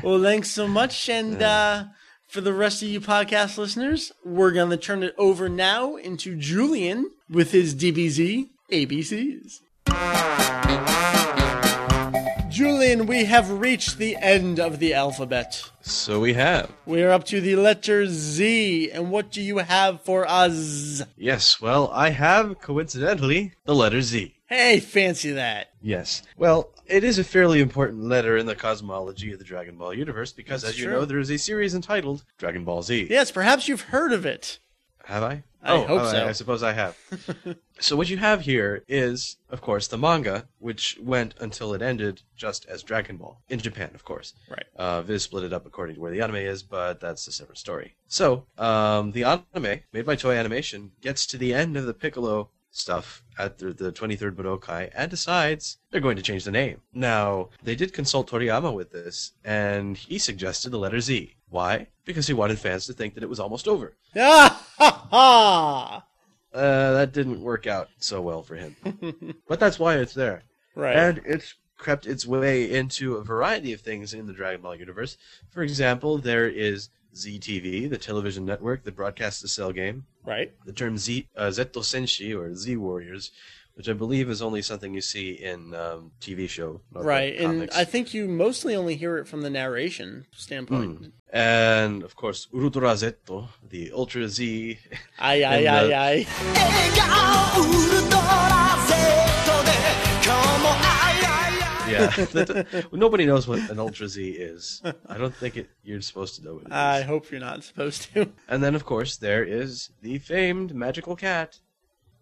Well, thanks so much. And uh, for the rest of you podcast listeners, we're going to turn it over now into Julian with his DBZ ABCs. Julian, we have reached the end of the alphabet. So we have. We are up to the letter Z. And what do you have for us? Yes, well, I have coincidentally the letter Z. Hey, fancy that. Yes. Well, it is a fairly important letter in the cosmology of the Dragon Ball universe because, That's as you true. know, there is a series entitled Dragon Ball Z. Yes, perhaps you've heard of it. (laughs) Have I? I hope oh, so. I, I suppose I have. so what you have here is, of course, the manga, which went until it ended just as Dragon Ball in Japan, of course. Right. Uh, Viz split it up according to where the anime is, but that's a separate story. So um, the anime, made by Toei Animation, gets to the end of the Piccolo stuff at the, the 23rd Budokai and decides they're going to change the name. Now, they did consult Toriyama with this, and he suggested the letter Z. Why? Because he wanted fans to think that it was almost over Ah, ha, ha. uh, that didn't work out so well (laughs) for him. but that's why it's there. Right. And it's crept its way into a variety of things in the Dragon Ball universe. For example, there is ZTV, the television network that broadcasts the Cell game. right. The term Z, uh, Zetto Senshi, or Z Warriors, which I believe is only something you see in um, TV show. not the Right. And comics. I think you mostly only hear it from the narration standpoint. Hmm. And, of course, Urutora Zetto, the Ultra Z (laughs) Aye, aye, And, uh, aye, aye. 笑顔ウルトラ Z で今日もあいあいあい Yeah. That- Nobody knows what an Ultra Z is. I don't think it, you're supposed to know what it is. I hope you're not supposed to. (laughs) and then, of course, there is the famed magical cat,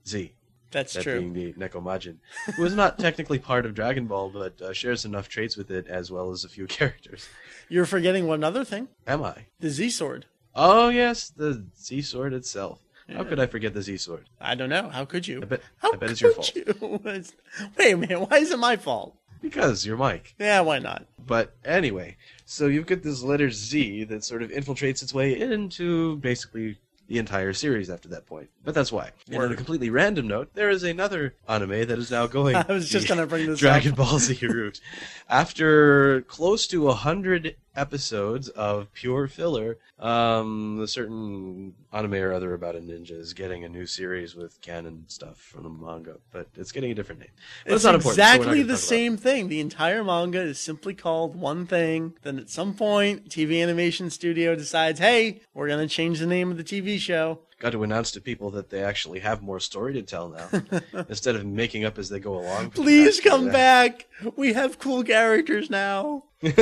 Z. That's that true. being the Necomajin, who is not technically part of Dragon Ball, but uh, shares enough traits with it as well as a few (laughs) characters. You're forgetting one other thing Am I? the Z Sword. Oh yes, the Z sword itself. How could I forget the Z sword? I don't know. How could you? I bet. How I bet could it's your fault you? (laughs) It's- Wait a minute. Why is it my fault? because you're Mike. Yeah, why not? But anyway, so you've got this letter Z that sort of infiltrates its way into basically the entire series after that point. But that's why. And on a completely random note, there is another anime that is now (laughs) going. I was just the going to bring this Dragon up. Ball Z route. After close to hundred episodes of pure filler, um, a certain anime or other about a ninja is getting a new series with canon stuff from the manga, but it's getting a different name. But It's it's, not important. so we're exactly not gonna the talk about it. same thing. The entire manga is simply called one thing. Then at some point, TV Animation Studio decides, hey, we're going to change the name of the TV show. Got to announce to people that they actually have more story to tell now, (laughs) instead of making up as they go along. for the Please past few come days. back. We have cool characters now. Right.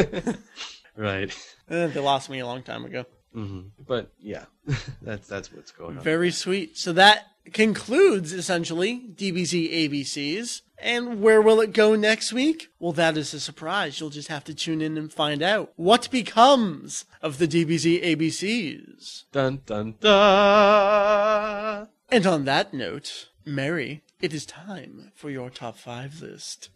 (laughs) Eh, they lost me a long time ago. hmm But yeah, (laughs) that's that's what's going on. Very sweet. So that concludes essentially DBZ ABCs. And where will it go next week? Well, that is a surprise. You'll just have to tune in and find out what becomes of the DBZ ABCs. Dun dun dun. And on that note, Mary, it is time for your top five list.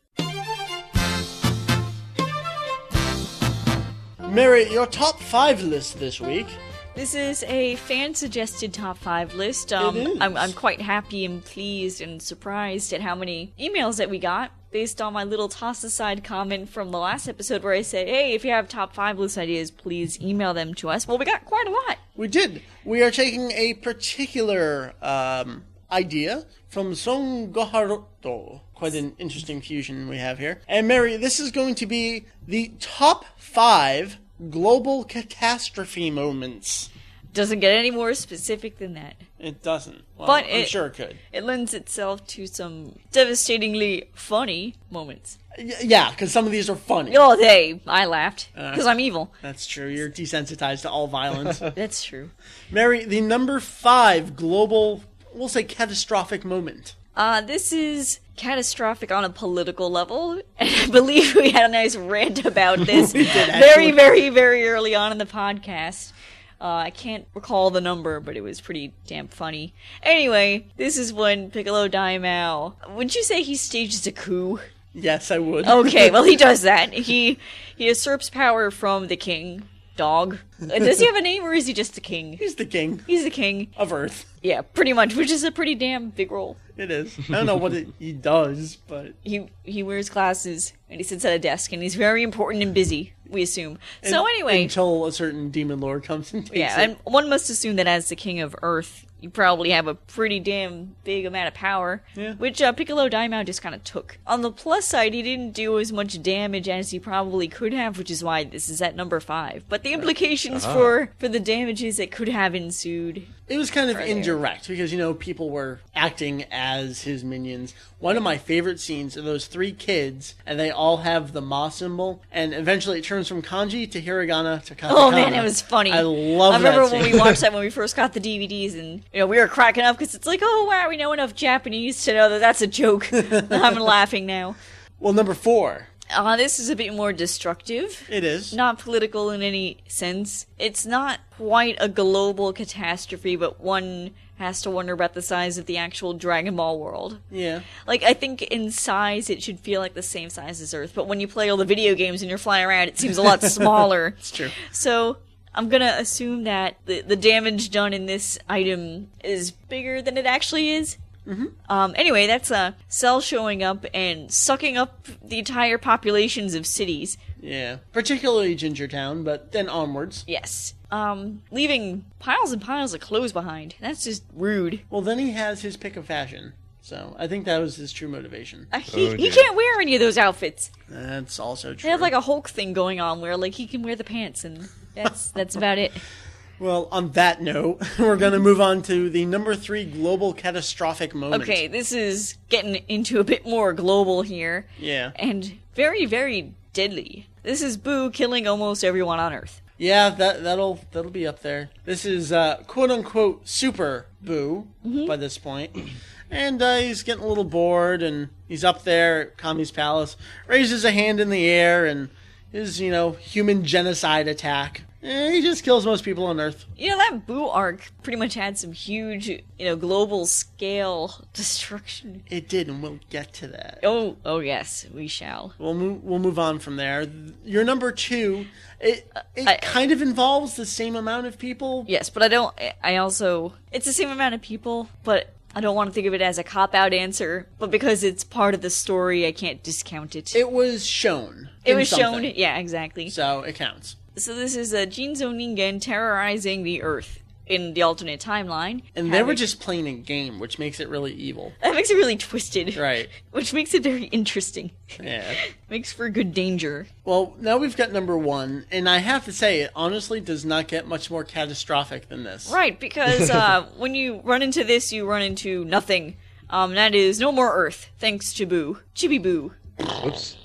Mary, your top five list this week. This is a fan suggested top five list. Um, It is. I'm, I'm quite happy and pleased and surprised at how many emails that we got based on my little toss aside comment from the last episode where I said, hey, if you have top five list ideas, please email them to us. Well, we got quite a lot. We did. We are taking a particular um, idea from Songoharuto. Quite an interesting fusion we have here. And Mary, this is going to be the top five global catastrophe moments. Doesn't get any more specific than that. It doesn't. Well, But I'm it- sure it could. It lends itself to some devastatingly funny moments. Y- yeah, because some of these are funny. Oh, they! I laughed. Because I'm (laughs) evil. That's true. You're desensitized to all violence. (laughs) That's true. Mary, the number five global, we'll say catastrophic moment. Uh, this is catastrophic on a political level. (laughs) And I believe we had a nice rant (laughs) about this very, actually. very, very early on in the podcast. Uh, I can't recall the number, but it was pretty damn funny. Anyway, this is when Piccolo Daimao. Would you say he stages a coup? Yes, I would. (laughs) Okay, well he does that. He he usurps power from the king. Dog. Uh, Does he have a name or is he just the king? He's the king He's the king. of Earth. Yeah, pretty much, which is a pretty damn big role. It is. I don't know what it, he does, but he he wears glasses and he sits at a desk and he's very important and busy. We assume. so anyway, until a certain demon lord comes and takes yeah, it. and one must assume that as the king of Earth, you probably have a pretty damn big amount of power, Yeah. which uh, Piccolo Daimao just kind of took. On the plus side, he didn't do as much damage as he probably could have, which is why this is at number five. But the Uh-huh. implications for for the damages that could have ensued it was kind of indirect because you know people were acting as his minions. One of my favorite scenes are those three kids, and they all have the ma symbol, and eventually it turns from kanji to hiragana to katakana. Oh man, it was funny. I love I remember that when scene. we watched that when we first got the DVDs, and you know we were cracking up because it's like, oh wow, we know enough Japanese to know that that's (laughs) a joke. I'm laughing now. well, number four, Uh, this is a bit more destructive. it is. Not political in any sense. It's not quite a global catastrophe, but one has to wonder about the size of the actual Dragon Ball world. Yeah, Like, I think in size it should feel like the same size as Earth, but when you play all the video games and you're flying around, it seems a (laughs) lot smaller. it's true. So, I'm gonna assume that the, the damage done in this item is bigger than it actually is. Mm-hmm. Um, anyway, that's uh, Cell showing up and sucking up the entire populations of cities. yeah. Particularly Gingertown, but then onwards. Yes. Um, leaving piles and piles of clothes behind. That's just rude. Well, then he has his pick of fashion, so I think that was his true motivation. Uh, he, Oh, he dear. can't wear any of those outfits. That's also true. They have like a Hulk thing going on where like he can wear the pants and that's that's about it. Well, on that note, (laughs) we're going to move on to the number three global catastrophic moment. Okay, this is getting into a bit more global here. Yeah. And very, very deadly. This is Boo killing almost everyone on Earth. Yeah, that that'll that'll be up there. This is uh, quote unquote super Boo by this point, (clears throat) and uh, he's getting a little bored, and he's up there at Kami's palace, raises a hand in the air, and his you know human genocide attack. Eh, he just kills most people on Earth. You know, that Boo arc pretty much had some huge, you know, global scale (laughs) destruction. It did, and we'll get to that. Oh, oh yes, we shall. We'll move, we'll move on from there. Your number two, it it I- kind of involves the same amount of people. Yes, but I don't. I- I also. It's the same amount of people, but I don't want to think of it as a cop out answer. But because it's part of the story, I can't discount it. It, It was shown. in was shown. something, Yeah, exactly. So, so it counts. this is a Jin Zoningen terrorizing the Earth in the alternate timeline. And they were Having- just playing a game, which makes it really evil. (laughs) That makes it really twisted. Right. Which makes it very interesting. Yeah. Makes for good danger. Well, now we've got number one, and I have to say, it honestly does not get much more catastrophic than this. Right, (laughs) because uh, when you run into this, you run into nothing. Um, that is no more Earth, thanks to Boo. Chibi Boo. Whoops.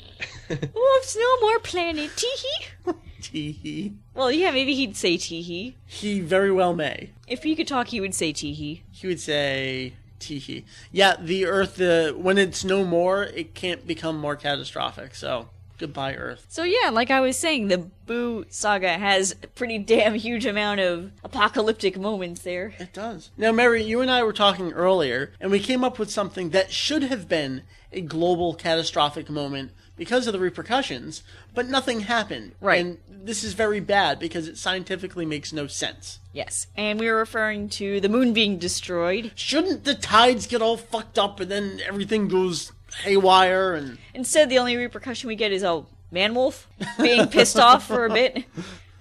Whoops, no more planet. Teehee. (laughs) He, Well, yeah, maybe he'd say teehee. he very well may. If he could talk, he would say teehee. He would say, teehee. Yeah, the Earth, uh, when it's no more, it can't become more catastrophic, so goodbye, Earth. So yeah, like I was saying, the Boo saga has a pretty damn huge amount of apocalyptic moments there. It does. Now, Mary, you and I were talking earlier, and we came up with something that should have been a global catastrophic moment because of the repercussions, but nothing happened. Right. And this is very bad because it scientifically makes no sense. Yes, and we were referring to the moon being destroyed. Shouldn't the tides get all fucked up and then everything goes haywire and Instead, the only repercussion we get is a man wolf (laughs) being pissed off for a bit,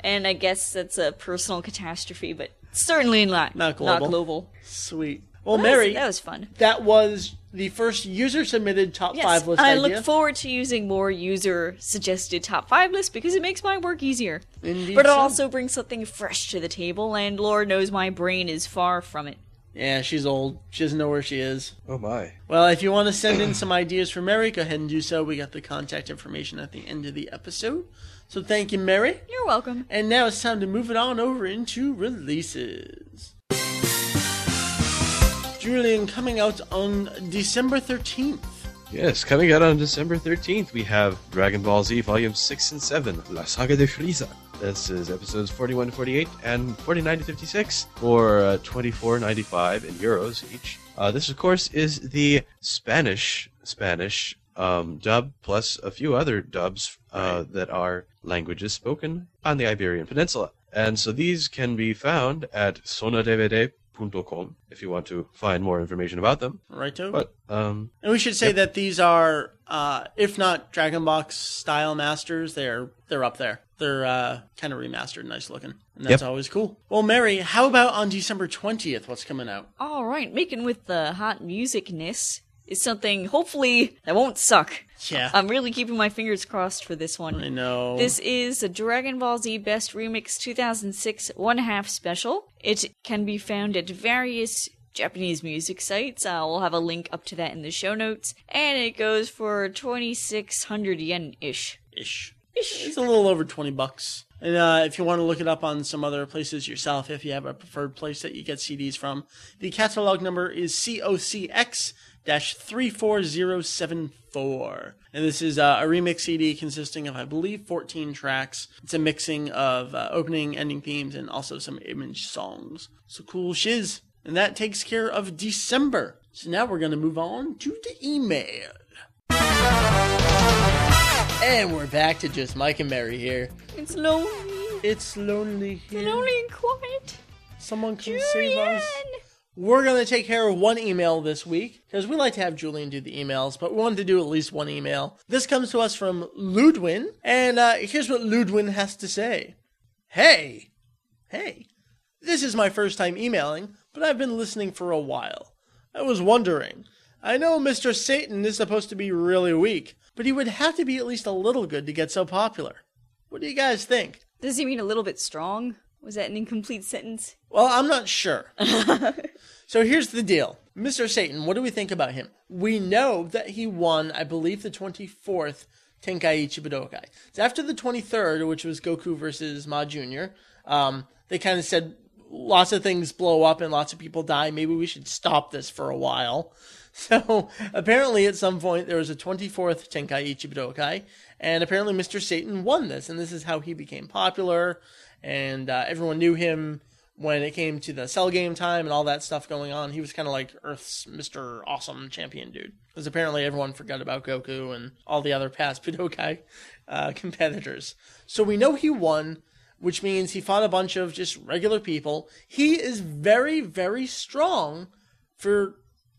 and I guess that's a personal catastrophe, but certainly not Not global. Not global. sweet? Well, That was- Mary, that was fun. that was the first user submitted top Yes, five list and I idea. look forward to using more user suggested top five lists because it makes my work easier. Indeed but it so. also brings something fresh to the table, and Lord knows my brain is far from it. yeah, she's old. She doesn't know where she is. (laughs) Oh my. Well, if you want to send in some ideas for Mary, go ahead and do so. We got the contact information at the end of the episode. So thank you, Mary. You're welcome. And now it's time to move it on over into releases. Julian coming out on December 13th. Yes, coming out on December 13th, we have Dragon Ball Z Volume 6 and 7, La Saga de Frieza. This is episodes 41 to 48 and 49 to 56 for uh, 24.95 in euros each. Uh, this, of course, is the Spanish Spanish um, dub plus a few other dubs uh, that are languages spoken on the Iberian Peninsula. And so these can be found at sonadvd.com if you want to find more information about them. Righto? But um, And we should say that these are, uh, if not Dragon Box style masters, they're they're up there. They're uh, kind of remastered, nice looking, and that's always cool. Well, Mary, how about on December twentieth? What's coming out? All right, making with the hot musicness is something hopefully that won't suck. Yeah, I'm really keeping my fingers crossed for this one. I know. um, This is the Dragon Ball Z Best Remix 2006 One Half Special. It can be found at various Japanese music sites. Uh, we'll have a link up to that in the show notes. And it goes for 2,600 yen ish. ish. It's a little over 20 bucks. And uh, if you want to look it up on some other places yourself, if you have a preferred place that you get CDs from, the catalog number is COCX 34074. And this is uh, a remix CD consisting of, I believe, 14 tracks. It's a mixing of uh, opening, ending themes, and also some image songs. So cool shiz. And that takes care of December. So now we're going to move on to the email. And we're back to just Mike and Mary here. It's lonely, It's lonely here. lonely and quiet. Someone can save Julian! us. We're going to take care of one email this week because we like to have Julian do the emails, but we wanted to do at least one email. This comes to us from Ludwin, and uh, here's what Ludwin has to say Hey, hey, this is my first time emailing, but I've been listening for a while. I was wondering. I know Mr. Satan is supposed to be really weak, but he would have to be at least a little good to get so popular. What do you guys think? Does he mean a little bit strong? Was that an incomplete sentence? Well, I'm not sure. so here's the deal Mr. Satan, what do we think about him? We know that he won, I believe, the 24th Tenkaichi Budokai. So after the 23rd, which was Goku versus Ma Jr., um, they kind of said lots of things blow up and lots of people die. Maybe we should stop this for a while. (laughs) So apparently, at some point, there was a 24th Tenkaichi Budokai, and apparently, Mr. Satan won this, and this is how he became popular, and uh, everyone knew him when it came to the cell game time and all that stuff going on. He was kind of like Earth's Mr. Awesome champion dude, because apparently, everyone forgot about Goku and all the other past (laughs) Budokai uh, competitors. So we know he won. Which means he fought a bunch of just regular people. He is very, very strong for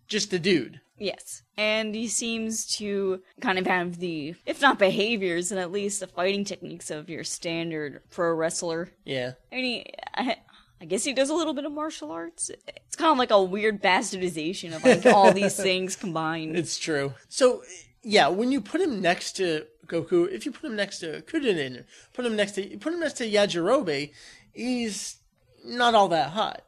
just a dude. Yes. And he seems to kind of have the, if not behaviors, then at least the fighting techniques of your standard pro wrestler. Yeah. I mean, he, I, I guess he does a little bit of martial arts. It's kind of like a weird bastardization of like (laughs) all these things combined. It's true. So, yeah, when you put him next to Goku, if you put him next to Kudanin, put him next to put him next to Yajirobe, he's not all that hot.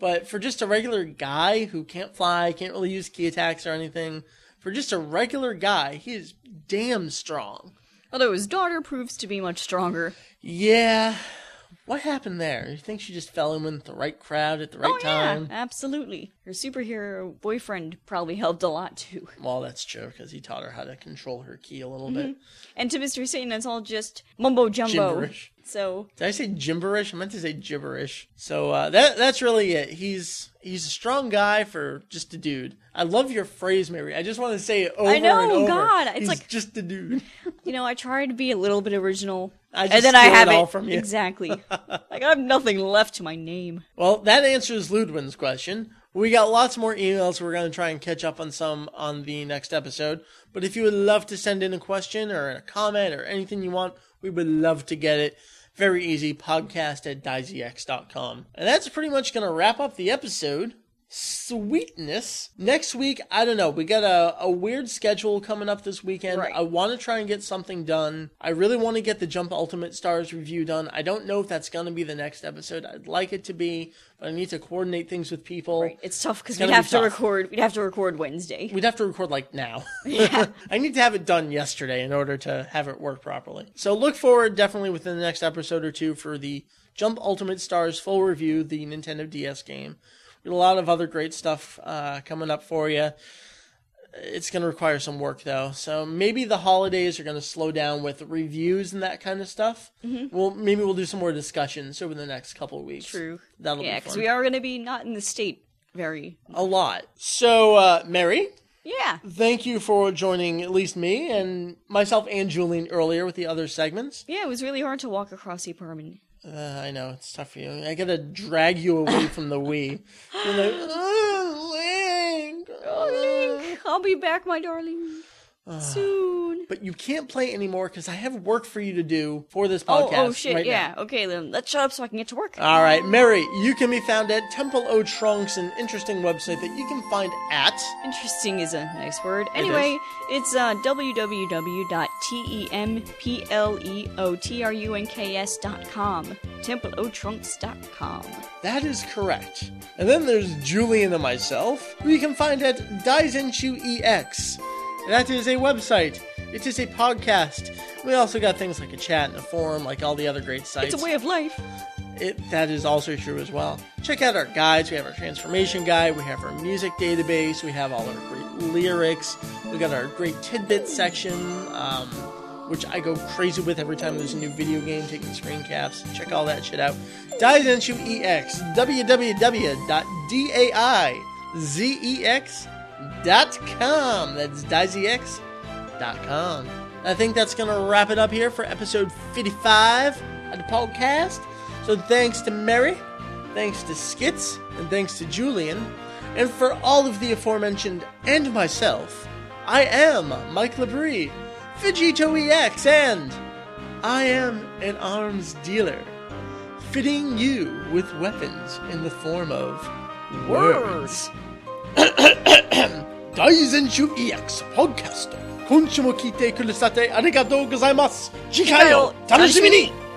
But for just a regular guy who can't fly, can't really use key attacks or anything, for just a regular guy, he is damn strong. Although his daughter proves to be much stronger. Yeah. What happened there? You think she just fell in with the right crowd at the right oh, time? yeah, absolutely. Her superhero boyfriend probably helped a lot too. Well, that's true because he taught her how to control her key a little Mm-hmm. bit. And to Mr. Satan, it's all just mumbo jumbo. Gibberish. So, Did I say gibberish? I meant to say gibberish. So uh, that that's really it. He's he's a strong guy for just a dude. I love your phrase, Mary. I just want to say it over and know, over. God, it's He's like- just a dude. you know, I try to be a little bit original. I just and then I steal it have all from you. Exactly. (laughs) like, I have nothing left to my name. Well, that answers Ludwin's question. We got lots more emails. We're going to try and catch up on some on the next episode. But if you would love to send in a question or a comment or anything you want, we would love to get it. Very easy podcast at daisyx.com. And that's pretty much going to wrap up the episode. Sweetness. Next week, I don't know. We got a, a weird schedule coming up this weekend. Right. I want to try and get something done. I really want to get the Jump Ultimate Stars review done. I don't know if that's going to be the next episode. I'd like it to be, but I need to coordinate things with people. Right. It's tough because It's we'd gonna be have to tough. record. We'd have to record Wednesday. We'd have to record like now. (laughs) I need to have it done yesterday in order to have it work properly. So look forward definitely within the next episode or two for the Jump Ultimate Stars full review, the Nintendo DS game. We got a lot of other great stuff uh, coming up for you. It's going to require some work though, so maybe the holidays are going to slow down with reviews and that kind of stuff. Mm-hmm. Well, maybe we'll do some more discussions over the next couple of weeks. True. that'll yeah, be fun. because we are going to be not in the state very. a lot. So, uh, Mary, Yeah. thank you for joining at least me and myself and Julian earlier with the other segments. Yeah, it was really hard to walk across the apartment. Uh, I know it's tough for you. I gotta drag you away from the Wii. You're like, oh, Link. oh." (laughs) I'll be back, (sighs) my darling, soon. But you can't play anymore because I have work for you to do for this Oh, podcast. oh shit, right now. yeah. Okay, then let's shut up so I can get to work. All right, Mary, you can be found at Temple O Trunks, an interesting website that you can find at. Interesting is a nice word. Anyway, it's uh, E www.templeotrunks.com. Templeotrunks.com. That is correct. And then there's Julian and myself, who you can find at Daizenshu EX. That is a website. It is a podcast. We also got things like a chat and a forum, like all the other great sites. It's a way of life. It, that is also true as well. Check out our guides. We have our transformation guide. We have our music database. We have all our great lyrics. We got our great tidbit section, um, which I go crazy with every time there's a new video game taking screen caps. Check all that shit out. E Daizenshu EX, E www.daizex.com. That's E DaizeX com. I think that's going to wrap it up here for episode 55 of the podcast. So thanks to Mary, thanks to Skits, and thanks to Julian. And for all of the aforementioned and myself, I am Mike Labrie, Fujito EX, and I am an arms dealer, fitting you with weapons in the form of words. (coughs) Daizenshu E EX ポッドキャスト今週も聞いてくださってありがとうございます次回を楽しみに